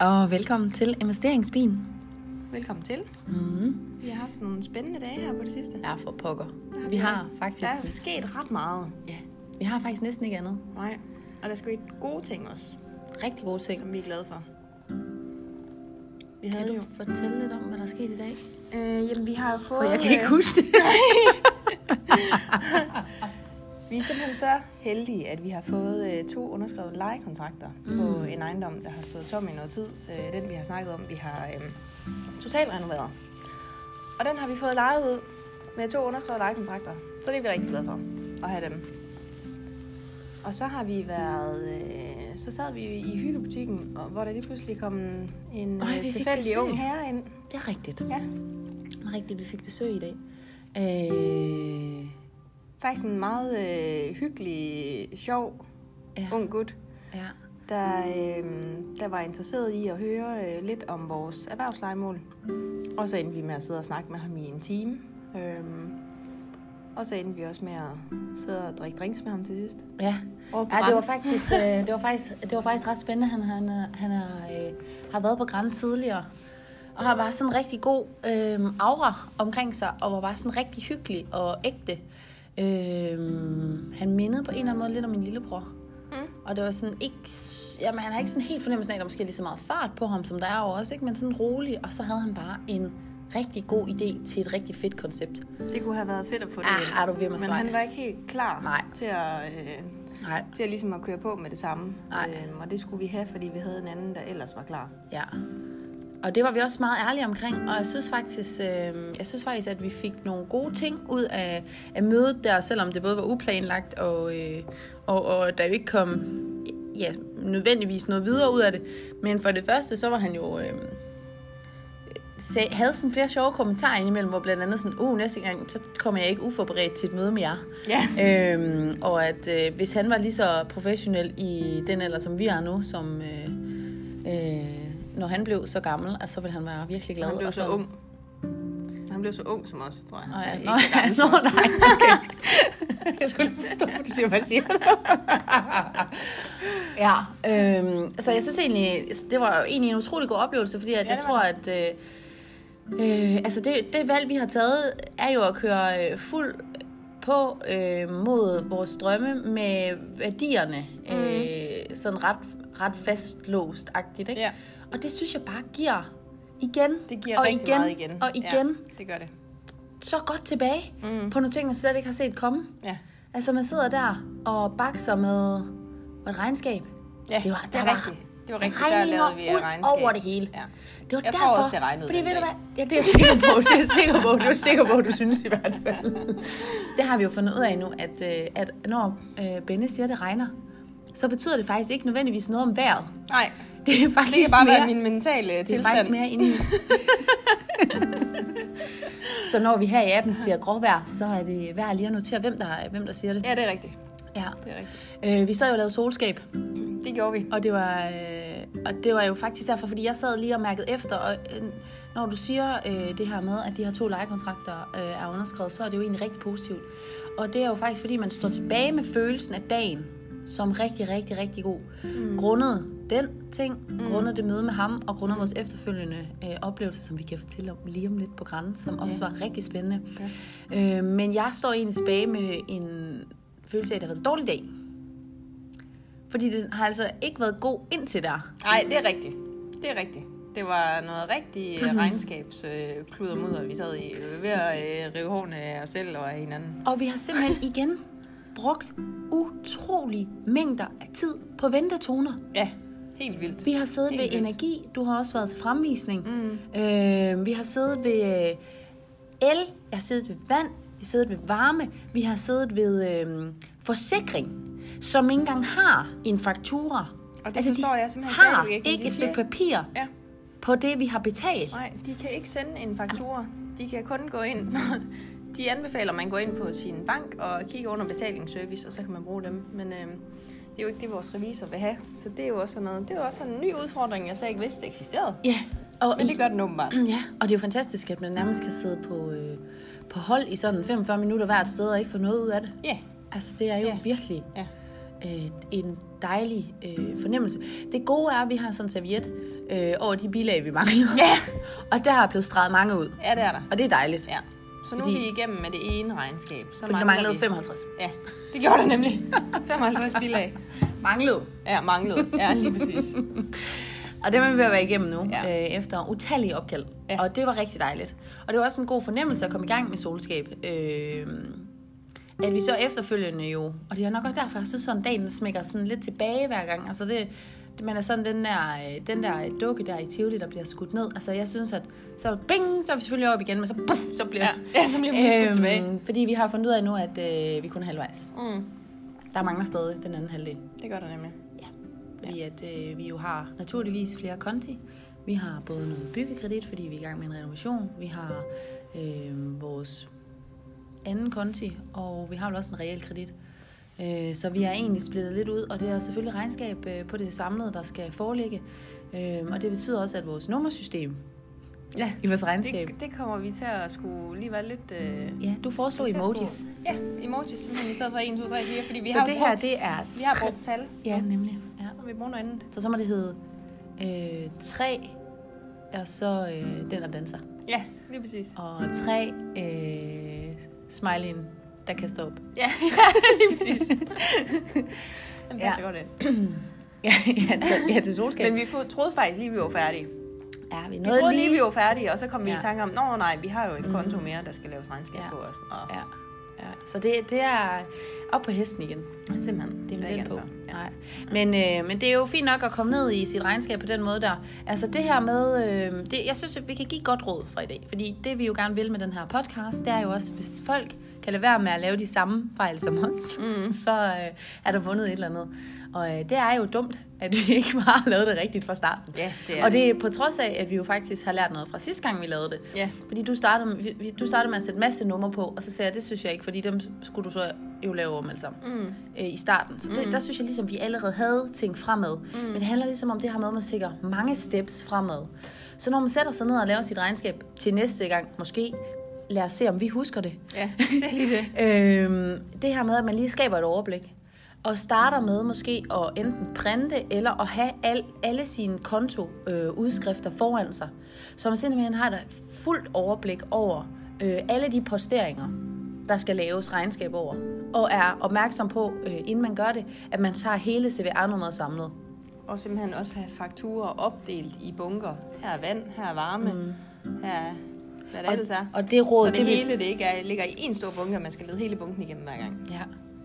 Ah. og velkommen til Investeringsbien. Velkommen til. Mm. Vi har haft nogle spændende dage her på det sidste. Ja, for pokker. har Vi vi- har Der er faktisk, sket ret meget. ja, vi har faktisk næsten ikke andet. Nej. Og der skete gode ting også, Rigtig gode ting. som vi er glade for. Vi Kan havde du jo... fortælle lidt om, hvad der er sket i dag? Øh, jamen, vi har jo fået... øh, For jeg kan ikke huske det. Vi er simpelthen så heldige, at vi har fået øh, to underskrevet lejekontrakter mm. på en ejendom, der har stået tom i noget tid. Øh, den, vi har snakket om, vi har øh, totalt renoveret. Og den har vi fået lejet ud med to underskrevet lejekontrakter. Så det er vi rigtig glade for at have dem. Og så har vi været... Øh, så sad vi i hyggebutikken, og, hvor der lige pludselig kom en Øj, vi øh, fik tilfældig besøg. ung herre ind. Det er rigtigt. Ja, Det er rigtigt, vi fik besøg i dag. Øh, faktisk en meget øh, hyggelig, sjov ja, ung gut. ja. der, øh, der var interesseret i at høre øh, lidt om vores erhvervslejemål. Og så endte vi med at sidde og snakke med ham i en time. Øh, og så endte vi også med at sidde og drikke drinks med ham til sidst. ja. Over på Ja, det var Rand. faktisk, øh, det var faktisk, det var faktisk ret spændende. Han, han, er- han er, øh, har været på Grand tidligere, og har bare sådan en rigtig god øh, aura omkring sig, og var bare sådan rigtig hyggelig og ægte. Øh, han mindede på en eller anden måde lidt om min lillebror. Mm. Og det var sådan ikke... s- Jamen, han har ikke sådan helt fornemmelsen af, at der måske er lige så meget fart på ham, som der er jo også, ikke? Men sådan rolig. Og så havde han bare en rigtig god idé til et rigtig fedt koncept. Det kunne have været fedt at få det Ah, ind. er du ved mig Men svej. han var ikke helt klar Nej. til at... Øh, Nej. til at ligesom at køre på med det samme. Nej. Øhm, og det skulle vi have, fordi vi havde en anden, der ellers var klar. Ja. Og det var vi også meget ærlige omkring, og jeg synes faktisk, øh, jeg synes faktisk at vi fik nogle gode ting ud af, af mødet der, selvom det både var uplanlagt, og, øh, og, og der jo ikke kom ja, nødvendigvis noget videre ud af det. Men for det første, så var han jo... Øh, sag, havde sådan flere sjove kommentarer indimellem, hvor blandt andet sådan, uh, næste gang, så kommer jeg ikke uforberedt til et møde med jer. Ja. Øhm, og at øh, hvis han var lige så professionel i den alder, som vi er nu, som øh, øh, når han blev så gammel, altså, så ville han være virkelig glad. Han blev og så sådan- ung. Han blev så ung som os, tror jeg. Nå, ja, Han nå, er ikke ja, så gammel nå, som os. nej, okay. Jeg skulle ikke forstå, hvad du siger, hvad jeg siger. ja, øhm, så jeg synes egentlig, det var egentlig en utrolig god oplevelse, fordi at Ja, jeg det tror, var at øh, øh, altså det, det valg, vi har taget, er jo at køre øh, fuld på øh, mod vores drømme med værdierne, mm. øh, sådan ret, ret fastlåst-agtigt, ikke? Ja. Og det synes jeg bare giver igen, Det giver og rigtig igen, meget igen. og igen. Ja Ja, det gør det. så godt tilbage mm. Mm. på nogle ting, man slet ikke har set komme. Ja. Altså, man sidder der og bakser med, med et regnskab. Ja, Det var- det der er var rigtigt. Det var rigtigt, der regninger lavede vi øh, ud regnskab. over det hele. Ja. Det var Jeg tror derfor, også, det regnede Fordi den ved du dag. hvad? Ja, det er jeg sikker på. Det er jeg sikker på. Det er jeg sikker på, du synes i hvert fald. Det har vi jo fundet ud af nu, at, øh, at når øh, Benne siger, at det regner, så betyder det faktisk ikke nødvendigvis noget om vejret. Nej, Det er faktisk det kan bare mere... være min mentale Det er tilstand. faktisk mere inde i. så når vi her i appen siger gråvejr, så er det værd lige at notere, hvem der, hvem der siger det. Ja, det er rigtigt. Ja. Det er rigtigt. Øh, vi sad jo og lavede solskab, Det gjorde vi. og det, var, øh, og det var jo faktisk derfor, fordi jeg sad lige og mærkede efter, og øh, når du siger øh, det her med, at de her to lejekontrakter øh, er underskrevet, så er det jo egentlig rigtig positivt. Og det er jo faktisk, fordi man står tilbage med følelsen af dagen, som rigtig, rigtig, rigtig god. Mm. Grundet den ting, mm. grundet det møde med ham, og grundet vores efterfølgende øh, oplevelse, som vi kan fortælle om lige om lidt på grænsen, som også var rigtig spændende. Ja. Øh, men jeg står egentlig tilbage med en følelse af, at det har været en dårlig dag. Fordi den har altså ikke været god indtil der. Nej, det er rigtigt. Det er rigtigt. Det var noget rigtig Mhm. mm-hmm. regnskabskludermudder, vi sad i. Vi var ved at øh, rive hårene af os selv og af hinanden. Og vi har simpelthen igen brugt utrolige mængder af tid på ventetoner. Ja, helt vildt. Vi har siddet Helt ved vildt. energi, du har også været til fremvisning. Mm. Øh, vi har siddet ved øh, el, jeg har siddet ved vand, vi har siddet ved varme, vi har siddet ved øh, forsikring, som ikke engang har en faktura. Altså, Og det forstår de jeg simpelthen har stadigvæk ikke, ikke, ikke men de et stykke siger- papir Ja. på det, vi har betalt. Nej, de kan ikke sende en faktura. De kan kun gå ind, når de anbefaler, at man går ind på sin bank og kigger under betalingsservice, og så kan man bruge dem. Men øh, det er jo ikke det, vores revisor vil have. Så det er jo også sådan noget. Det er jo også sådan en ny udfordring, jeg slet ikke vidste eksisterede. Ja, og Men det gør den åbenbart. Ja, og det er jo fantastisk, at man nærmest kan sidde på, øh, på hold i sådan 45 minutter hvert sted og ikke få noget ud af det. Ja, Altså, det er jo Ja. virkelig ja. øh, en dejlig øh, fornemmelse. Det gode er, at vi har sådan en serviet øh, over de bilag, vi mangler. Ja. Og der er blevet streget mange ud. Ja, det er der. Og det er dejligt. Ja. Så nu Fordi- er vi igennem med det ene regnskab. Så Fordi der manglede 55. Ja, det gjorde der nemlig. 55 bilag. Manglede. Ja, manglede. Ja, lige præcis. Og det er vi ved at være igennem nu, ja. Ja. øh, efter utallige opkald. Ja. Ja. Og det var rigtig dejligt. Og det var også en god fornemmelse at komme i gang med solskab. Øh, at vi så efterfølgende jo, og det er nok også derfor, jeg synes sådan, dagen smækker sådan lidt tilbage hver gang. Altså det, det- man er sådan den der, øh, den der dukke der i Tivoli, der bliver skudt ned. Altså jeg synes, at så bing, så er vi selvfølgelig oppe igen, men så puff, så bliver Ja, ja så bliver man lige Øhm. skudt tilbage. Fordi vi har fundet ud af nu, at øh, vi kun er halvvejs. Mm, Der mangler stadig den anden halvdel. det gør der nemlig. Fordi at øh, vi jo har naturligvis flere konti. Vi har både noget byggekredit, fordi vi er i gang med en renovation. Vi har øh, vores anden konti, og vi har vel også en realkredit. Øh, så vi er egentlig splittet lidt ud, og det er selvfølgelig regnskab øh, på det samlede, der skal foreligge. Øh, og det betyder også, at vores nummersystem Ja, i vores regnskab... det, det kommer vi til at skulle lige være lidt... Øh, Ja, du foreslog til at skulle- emojis. Ja, emojis simpelthen i stedet for 1, 2, 3, 4, fordi vi så har det brugt, her, det er... vi har tre- brugt tal. Ja, nemlig. Ja. Så må vi bruger noget andet. Så så må det hedde øh, 3, og så øh, den, der danser. Ja, lige præcis. Og tre øh, smileyen, der kaster op. Ja, lige præcis. Den passer Ja. ja. godt ind. ja, ja, til- ja, til solskab. Men vi fod- troede faktisk lige, vi var færdige. ja, vi Vi nåede troede lige. lige, vi var færdige, og så kom vi Ja. i tanke om, nå nej, vi har jo en Mhm. konto mere, der skal laves regnskab Ja. på os. Og, Ja, ja. Så det, det er op på hesten igen. Simpelthen. Mm. Det Det er er med ikke den på. andet. Ja. Nej. Men, øh, men det er jo fint nok at komme ned i sit regnskab på den måde der. Altså det her med, øh, det, jeg synes, at vi kan give et godt råd fra i dag. Fordi det vi jo gerne vil med den her podcast, det er jo også, hvis folk kan lade være med at lave de samme fejl som os, mm. så øh, er der vundet et eller andet. Og øh, det er jo dumt, at vi ikke bare har lavet det rigtigt fra starten. ja, det er Og det er på trods af, at vi jo faktisk har lært noget fra sidste gang, vi lavede det. Ja, Fordi du startede, vi- vi- du startede med at sætte masse numre på, og så sagde jeg, det synes jeg ikke, fordi dem skulle du så jo lave om alle sammen mm. øh, i starten. Så det, mm. der synes jeg ligesom, vi allerede havde ting fremad. Mm. Men det handler ligesom om det her med, at man stikker mange steps fremad. Så når man sætter sig ned og laver sit regnskab til næste gang, måske, lad os se, om vi husker det. ja, det er lige det. Øhm, det her med, at man lige skaber et overblik. Og starter med måske at enten printe eller at have al, alle sine kontoudskrifter øh, udskrifter foran sig. Så man simpelthen har et fuldt overblik over øh, alle de posteringer, der skal laves regnskab over. Og er opmærksom på, øh, inden man gør det, at man tager hele CVR-nummeret samlet. Og simpelthen også have fakturer opdelt i bunker. Her er vand, her er varme, mm. her er hvad det ellers er. Og, og det råd, så det, vil- hele det ikke er, ligger i en stor bunke, og man skal lede hele bunken igennem hver gang. Ja,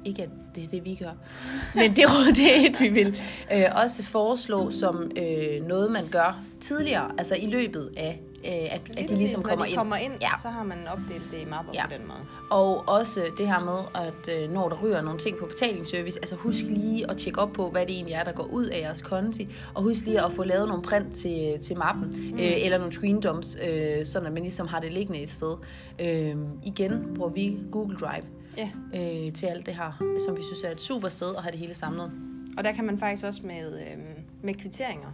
ikke at det er det, vi gør. Men det råd, det er et, vi vil øh, også foreslå som øh, noget, man gør tidligere, altså i løbet af, øh, at, at de ligesom når kommer, de kommer ind, Ja. ja. så har man opdelt det i mapper Ja. ja. på den måde. Og også det her med, at øh, når der ryger nogle ting på betalingsservice, altså husk lige at tjekke op på, hvad det egentlig er, der går ud af jeres konti, og husk lige at få lavet nogle print til, til mappen, mm. øh, eller nogle screendoms, øh, sådan at man ligesom har det liggende et sted. Øh, igen bruger vi Google Drive Ja, øh, til alt det her, som vi synes er et super sted at have det hele samlet. og der kan man faktisk også med, øhm, med kvitteringer.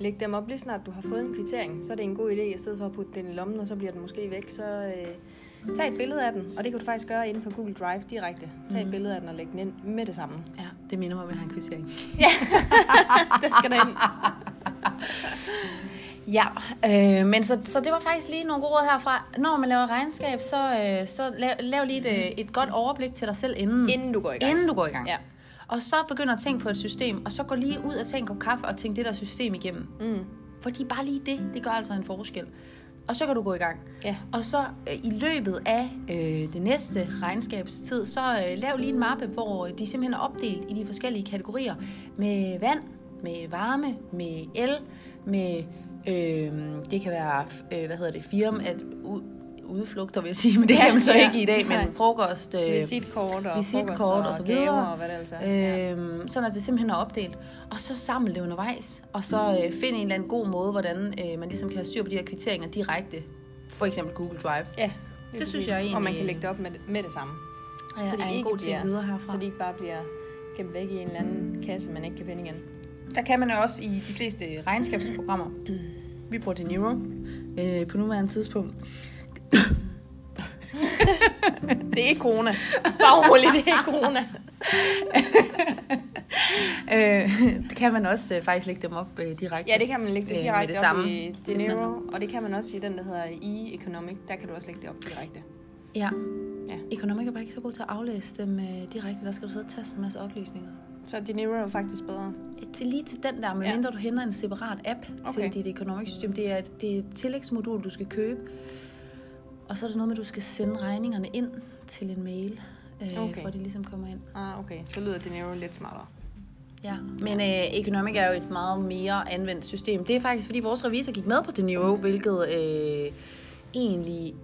Læg dem op lige snart du har fået en kvittering, så er det en god idé, i stedet for at putte den i lommen, og så bliver den måske væk, så øh, tag et billede af den. Og det kan du faktisk gøre inde på Google Drive direkte. Tag Mm. et billede af den og læg den ind med det samme. Ja, det minder mig om, at jeg har en quizzering. Den skal derind. Ja, øh, men så, så det var faktisk lige nogle gode råd herfra. Når man laver regnskab, så, øh, så lav, lav lige et, øh, et godt overblik til dig selv inden, Inden du går i gang. inden du går i gang. Ja. Og så begynder at tænke på et system, og så gå lige ud og tage en kop kaffe og tænk det der system igennem. Mm. Fordi bare lige det, det gør altså en forskel. Og så kan du gå i gang. Ja. Og så øh, i løbet af øh, det næste regnskabstid, så øh, lav lige en mappe, hvor øh, de simpelthen er opdelt i de forskellige kategorier. Med vand, med varme, med el, med, øh, det kan være, øh, hvad hedder det, firma, at, u, udflugter vil jeg sige, men det Ja, kan man så ja. ikke i dag, men Nej. frokost, øh, Visitkort og visitkort frokoster og så gaver videre. og hvad det ellers er. Ja. Øhm, sådan at det simpelthen er opdelt. Og så samle det undervejs. Og så øh, finde en eller anden god måde, hvordan øh, man ligesom kan have styr på de her kvitteringer direkte. For eksempel Google Drive. ja det lige synes præcis. jeg Og man egentlig- kan lægge det op med det, med det samme. Ja, er en god ting videre herfra. Mm. Så de ikke bare bliver gemt væk i en eller anden kasse, man ikke kan finde igen. Der kan man jo også i de fleste regnskabsprogrammer. Vi bruger det Nero øh, på nuværende tidspunkt. Det er ikke corona. Bare rolig, det er ikke corona. Øh, det kan man også øh, faktisk lægge dem op øh, direkte. Ja, det kan man lægge det Øh, med direkte det det op samme, i De hvis man- Niro, og det kan man også i den, der hedder E-Economic. Der kan du også lægge det op direkte. Ja. Ja. Economic er bare ikke så god til at aflæse dem øh, direkte. Der skal du sidde og taste en masse oplysninger. Så De Niro er faktisk bedre. Til, lige til den der, medmindre du henter en separat app okay. Okay. til dit økonomisk system. Det er, et- det er et tillægsmodul, du skal købe. Og så er der noget med, at du skal sende regningerne ind til en mail, øh, okay. Okay. for at de ligesom kommer ind. Ah, okay. Så lyder De Niro lidt smartere. Mm. Ja. Men øh, Economic er jo et meget mere anvendt system. Det er faktisk, fordi vores revisor gik med på det niveau, hvilket øh, egentlig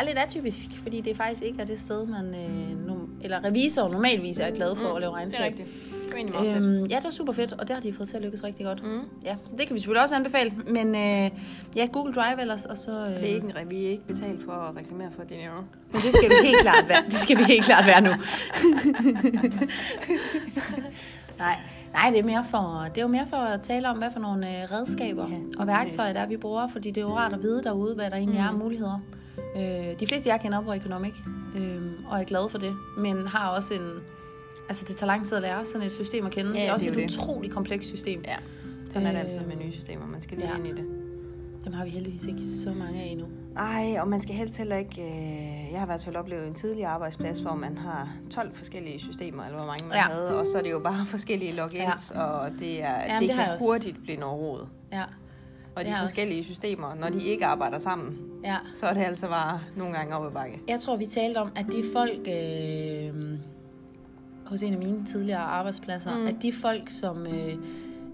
er lidt atypisk, fordi det faktisk ikke er det sted, man øh, num- eller revisor normalvis er glad for mm, at lave Det er regnskab. rigtigt. Det er egentlig meget fedt. Øhm, ja, det var super fedt, og det har de fået til at lykkes rigtig godt. Mm. Ja, så det kan vi selvfølgelig også anbefale. Men øh, ja, Google Drive ellers, og så... Øh, Det er ikke en re- vi er ikke betalt for at reklamere for De Niro. Men det skal vi helt klart være, det skal vi helt klart være nu. nej, nej, det er mere for, det er jo mere for at tale om, hvad for nogle øh, redskaber Ja, og præcis. værktøjer, der er, vi bruger, fordi det er jo rart at vide derude, hvad der egentlig mm. er af muligheder. Øh, de fleste, jeg kender, bruger Economic, øh, og er glade for det, men har også en... Altså, det tager lang tid at lære sådan et system at kende. Ja, det det er er også jo et det. utroligt komplekst system. Ja. Sådan er det Øh. altid med nye systemer. Man skal lige Ja. ind i det. Dem har vi heldigvis ikke så mange af endnu. Ej, og man skal helst heller ikke... Øh, jeg har været til at opleve en tidligere arbejdsplads, hvor man har 12 forskellige systemer, eller hvor mange man Ja. ja. havde, og så er det jo bare forskellige logins, ja. og det, er, Jamen, det, det det har jeg kan også. hurtigt blive noget rod. Ja, Og Det de har jeg forskellige systemer, når de ikke arbejder sammen, ja. så er det altså bare nogle gange op ad bakke. Jeg tror, vi talte om, at de folk øh, hos en af mine tidligere arbejdspladser, mm. Mm. at de folk, som øh,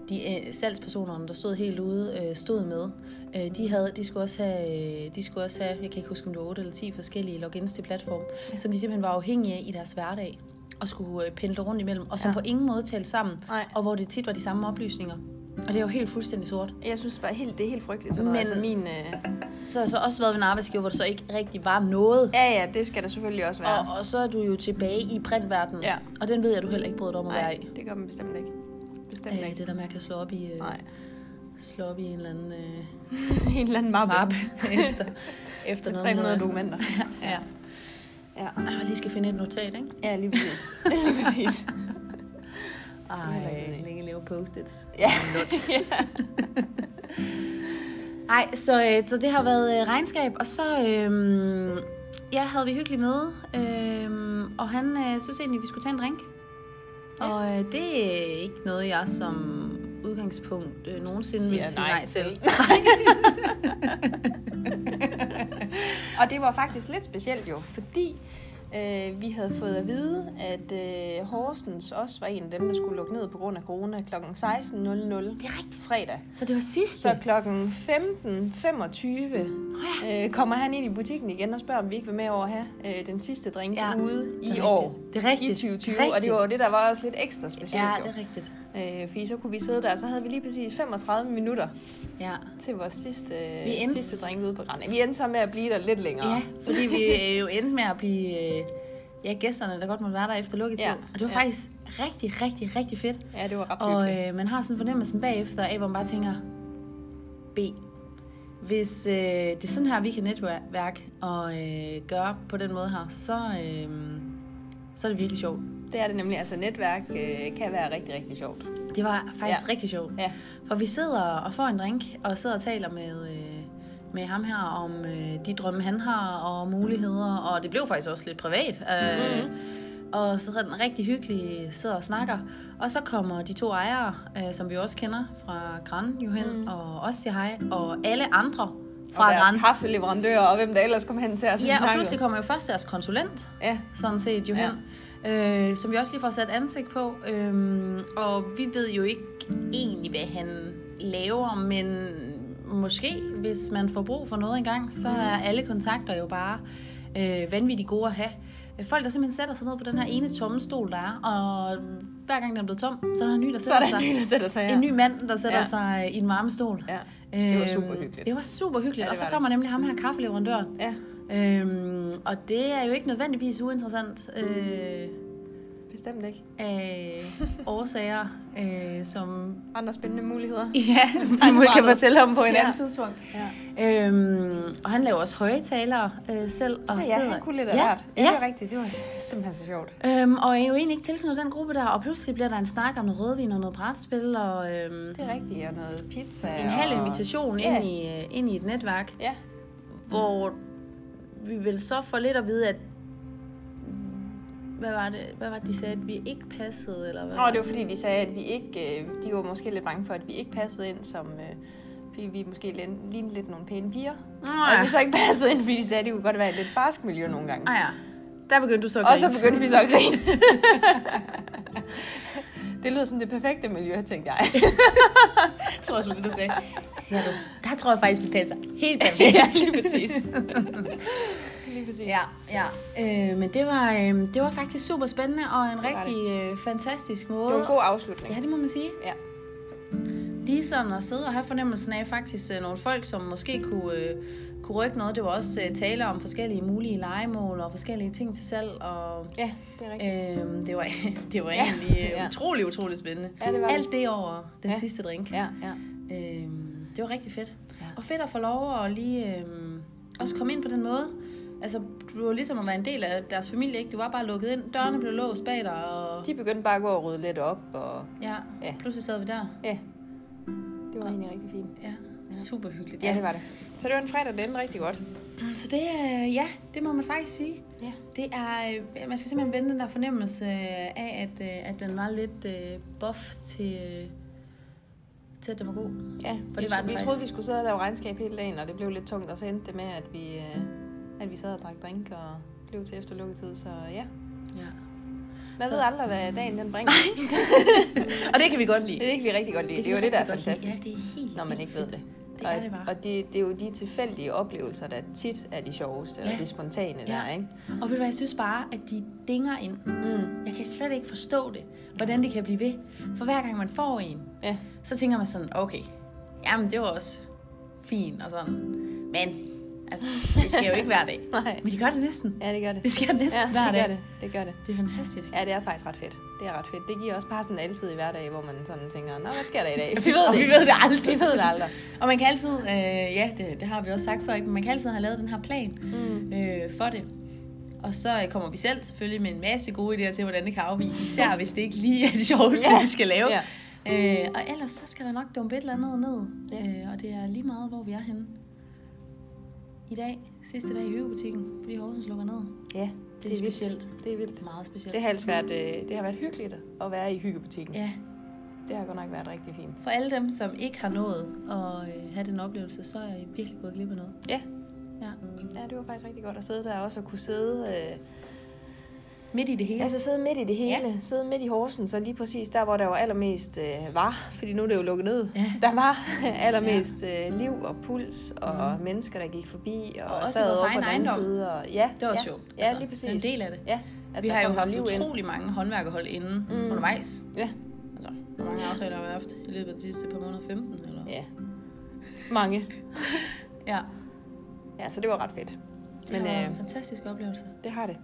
de øh, salgspersonerne, der stod helt ude, øh, stod med, øh, de, havde, de, skulle også have, øh, de skulle også have, jeg kan ikke huske, om det var 8 eller 10 forskellige logins til platform, ja. som de simpelthen var afhængige af i deres hverdag og skulle øh, pendle rundt imellem, og som ja. Ja. på ingen måde talte sammen, Nej. og hvor det tit var de samme oplysninger. Og det er jo helt fuldstændig sort. Jeg synes bare, helt, det er helt frygteligt sådan noget. Men- Altså, min, øh, Så har jeg så også været ved en arbejdsgiver, hvor der så ikke rigtig var noget. ja, ja, det skal der selvfølgelig også være. Og, og så er du jo tilbage i printverdenen. Ja. Og den ved jeg, du heller ikke bryder dig om at være Nej, i. det gør man bestemt ikke. Bestemt Øh, ikke. det der med, at jeg kan slå op i, øh, Nej. slå op i en eller anden øh, en eller anden mappe. mappe efter, efter noget. Med 300 noget. dokumenter. Ja. Ja, Jeg lige skal finde et notat, ikke? ja lige præcis. lige præcis. heller ikke Ej, ned i. længe leve post-its. Ja. Ej, så, øh, så det har været øh, regnskab, og så øh, ja, havde vi hyggeligt møde, øh, og han øh, synes egentlig, vi skulle tage en drink. Ja. Og øh, det er ikke noget, jeg som udgangspunkt øh, nogensinde vil Siger sige nej, nej nej til. til. Og det var faktisk lidt specielt jo, fordi øh, vi havde fået at vide, at øh, Horsens også var en af dem, der skulle lukke ned på grund af corona kl. 16.00 Det er rigtigt. fredag. Så det var sidste. Så kl. 15.25 Nå ja. øh, kommer han ind i butikken igen og spørger, om vi ikke vil med over at have øh, den sidste drink Ja, ja, ude det i er år. rigtigt. Det er rigtigt. I 2020, Det er og det var jo det, der var også lidt ekstra specielt. Ja, jo. det er rigtigt. Øh, fordi så kunne vi sidde der, og så havde vi lige præcis 35 minutter Ja. til vores sidste, Vi endte- sidste drink ude på Rande. Vi endte så med at blive der lidt længere. Ja, fordi vi øh, jo endte med at blive øh, ja, gæsterne, der godt måtte være der efter lukketid. Ja. Ja, Og det var ja. ja. faktisk rigtig, rigtig, rigtig fedt. ja det var ret Og hyggeligt. øh, man har sådan fornemmelsen bagefter af, hvor man bare tænker, B, hvis øh, det er sådan her, vi kan netværk og øh, gøre på den måde her, så, øh, så er det virkelig sjovt. Det er det nemlig. Altså netværk øh, kan være rigtig, rigtig sjovt. Det var faktisk ja. Ja. rigtig sjovt. Ja, For vi sidder og får en drink, og sidder og taler med, øh, med ham her om øh, de drømme, han har, og muligheder. Og det blev faktisk også lidt privat. Øh, Mhm. mm-hmm. Og så er den rigtig hyggelig, sidder og snakker. Og så kommer de to ejere, øh, som vi også kender fra Gran, jo hen, mm. og også siger hej. Og alle andre Mhm. og fra Gran. deres kaffeleverandører, og hvem der ellers kom hen til os Ja, og snakke. pludselig kommer jo først deres konsulent, Ja, sådan set jo hen, øh, som vi også lige får sat ansigt på. Øhm, og vi ved jo ikke egentlig, hvad han laver, men måske, hvis man får brug for noget engang, Mm. så er alle kontakter jo bare øh, vanvittigt gode at have. Øh, Folk, der simpelthen sætter sig ned på den her ene tomme stol, der er, og hver gang den er blevet tom, så er der en ny, der så er sætter der sig. en ny, der sætter sig her. En ny mand, der sætter ja. Ja. sig i en varmestol. Ja, det var Øhm, super hyggeligt. Det var super hyggeligt, Ja, det og så var det. kommer nemlig ham her kaffeleverandøren. Ja, Øhm, og det er jo ikke nødvendigvis uinteressant øh, bestemt ikke. af årsager. øh, som Andre spændende muligheder. ja, vi Tegnebrættet. kan fortælle om på et Ja. andet tidspunkt. Ja. Øhm, og han laver også højtalere øh, selv. Og Og ja, sidder, han kunne lidt af ja, hvert. Ja, det Ja, er rigtigt. Det var simpelthen så sjovt. øhm, og er jo egentlig ikke tilknyttet den gruppe der, og pludselig bliver der en snak om noget rødvin og noget brætspil, og øhm, Det er rigtigt, og noget pizza. en halv og- invitation Ja. ind, i, øh, ind i et netværk, Ja, hvor vi vil så få lidt at vide, at hvad var det, hvad var det de sagde, at vi ikke passede, eller hvad? og det var fordi, de sagde, at vi ikke, øh, de var måske lidt bange for, at vi ikke passede ind som... øh, Fordi vi måske lin- lignede lidt nogle pæne piger. Nå, Og ja. at vi så ikke passede ind, fordi de sagde, at det kunne godt være et lidt barsk miljø nogle gange. Ah, ja. Der begyndte du så at Og så grine. begyndte vi så at grine. det lyder som det perfekte miljø, tænkte jeg. Jeg tror også, du sagde. Siger du, der tror jeg faktisk, vi passer helt perfekt. ja, lige præcis. lige præcis. Ja, ja. Øh, men det var, øh, det var faktisk super spændende og en Det var rigtig øh, fantastisk måde. Det var en god afslutning. Ja, det må man sige. Ja. Lige sådan at sidde og have fornemmelsen af faktisk øh, nogle folk, som måske kunne, øh, kunne rykke noget. Det var også øh, tale om forskellige mulige legemål og forskellige ting til salg. Og, ja, det er rigtigt. øh, det var, det var Ja, egentlig øh, ja. utrolig, utrolig spændende. Ja, det var det. Alt det over den Ja. sidste drink. Ja, ja. Øh, det var rigtig fedt. Ja. Ja. Og fedt at få lov at lige øh, også komme ind på den måde. Altså, du var ligesom at være en del af deres familie, ikke? Du var bare lukket ind. Dørene blev låst bag dig, og De begyndte bare at gå og rydde lidt op, og ja, Ja. ja. pludselig sad vi der. ja, det var egentlig rigtig fint. Ja, super hyggeligt. Ja, det var det. Så det var en fredag, den rigtig godt. Så det, øh, ja, det må man faktisk sige. Ja. Det er, øh, man skal simpelthen vende den der fornemmelse øh, af, at, øh, at den var lidt øh, buff til, øh, til, at den var god. Ja, For vi, det var den vi faktisk. troede, vi skulle sidde og lave regnskab hele dagen, og det blev lidt tungt, og så endte det med, at vi, øh, at vi sad og drak drink og blev til efter lukketid, så ja. Ja. Man Så- ved aldrig, hvad dagen den bringer. Og det kan vi godt lide. Det er ikke vi rigtig godt lide. Det, det er jo kan vi det, der er rigtig godt lide. fantastisk, Ja, det er helt når man vildt ikke ved det. Det og er det bare. og det, det er jo de tilfældige oplevelser, der tit er de sjoveste, og Ja. de spontane der, Ja. ikke? Mm. Og ved du hvad, jeg synes bare, at de dinger ind. Mm. Jeg kan slet ikke forstå det, hvordan det kan blive ved. For hver gang man får en, Ja. så tænker man sådan, okay, jamen det var også fint og sådan. Men, altså, det sker jo ikke hver dag. Nej. Men de gør det næsten. Ja, det gør det. Det sker næsten Ja, hver det dag. gør det. Det gør det. Det er fantastisk. Ja, det er faktisk ret fedt. Det er ret fedt. Det giver også bare sådan altid i hverdag, hvor man sådan tænker, nå, hvad sker der i dag? Vi ved Og det vi ikke. ved det aldrig. Vi ved det aldrig. Og man kan altid, øh, ja, det, det har vi også sagt før, ikke? men man kan altid have lavet den her plan Mm. øh, for det. Og så øh, kommer vi selv selvfølgelig med en masse gode idéer til, hvordan det kan afvige, især hvis det ikke lige er det sjoveste, Ja. vi skal lave. Ja. Øh, og ellers så skal der nok dumpe et eller andet ned. Ja. Øh, og det er lige meget, hvor vi er henne. I dag, sidste dag i Høgebutikken, fordi Horsens lukker ned. Ja, Det er, specielt. Det er vildt. Meget specielt. Det har altså været, øh, det har været hyggeligt at være i hyggebutikken. Ja, Det har godt nok været rigtig fint. for alle dem, som ikke har nået at øh, have den oplevelse, så er I virkelig gået glip af noget. Ja. Ja. Ja, det var faktisk rigtig godt at sidde der også og kunne sidde... Øh, Midt i det hele. Altså sidde midt i det hele, ja. Ja. sidde midt i Horsens, og lige præcis der, hvor der var allermest øh, var, fordi nu er det jo lukket ned, Ja. der var allermest øh, liv og puls og mm. mennesker, der gik forbi og, Og også i sad vores over på egen den anden ejendom. side. Og, ja, Det var ja, sjovt. Ja, Altså, lige præcis. det er en del af det. Ja, at vi der har jo kommer haft liv ind. utrolig mange håndværkerhold inde Mm. mm. undervejs. Ja, Altså, hvor mange aftaler har vi haft i løbet af de sidste par måneder? 15 eller? ja. Mange. ja. Ja, så det var ret fedt. Men, Men det var øh, en fantastisk oplevelse. det har det.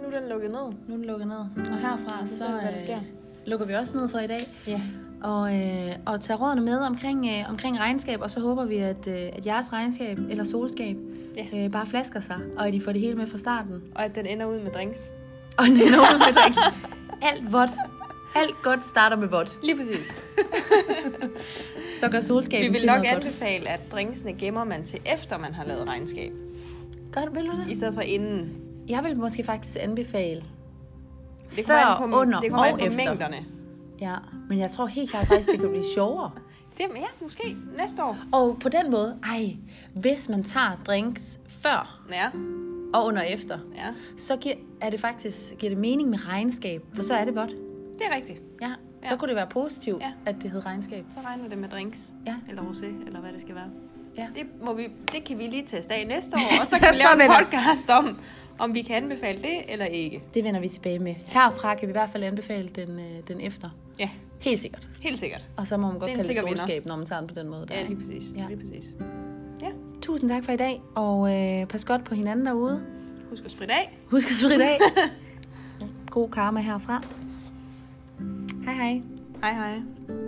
Nu er den lukket ned. Nu er den lukket ned. Og herfra ser så vi, hvad der sker. øh, lukker vi også ned for i dag. Ja. Og, øh, og tage rådene med omkring, øh, omkring regnskab. Og så håber vi, at, øh, at jeres regnskab eller solskab Ja. øh, bare flasker sig. Og at I får det hele med fra starten. Og at den ender ud med drinks. Og den er over med drinks. Alt vådt. Alt godt starter med vådt. Lige præcis. Så gør solskabet Vi vil til nok noget godt. anbefale, at drinksene gemmer man til efter, man har lavet regnskab. Godt, vil du det? I stedet for inden. Jeg vil måske faktisk anbefale. Det Før, kommer an på, under det kommer og an på efter. mængderne. Ja, men jeg tror helt klart faktisk, det kan blive sjovere. Det, ja, måske næste år. Og på den måde, ej, hvis man tager drinks før Ja, og under og efter, ja. så giver, er det faktisk, giver det mening med regnskab, for så er det godt. Det er rigtigt. Ja, så Ja. kunne det være positivt, Ja. ja. at det hed regnskab. Så regner det med drinks. Ja. Eller rosé, eller hvad det skal være. Ja. Det, må vi, det kan vi lige teste af næste år, og så kan vi Så- lave en sådan er det. podcast om, om vi kan anbefale det eller ikke. Det vender vi tilbage med. Herfra kan vi i hvert fald anbefale den, øh, den efter. Ja, Helt sikkert. helt sikkert. Og så må man godt Det er en kalde det sikker vinder. solskab, når man tager den på den måde. Der. Ja, Ja. lige præcis. Ja. Lige præcis. Ja, Tusind tak for i dag, og øh, pas godt på hinanden derude. husk at spritte af. Husk at spritte af. God karma herfra. Hej hej. Hej hej.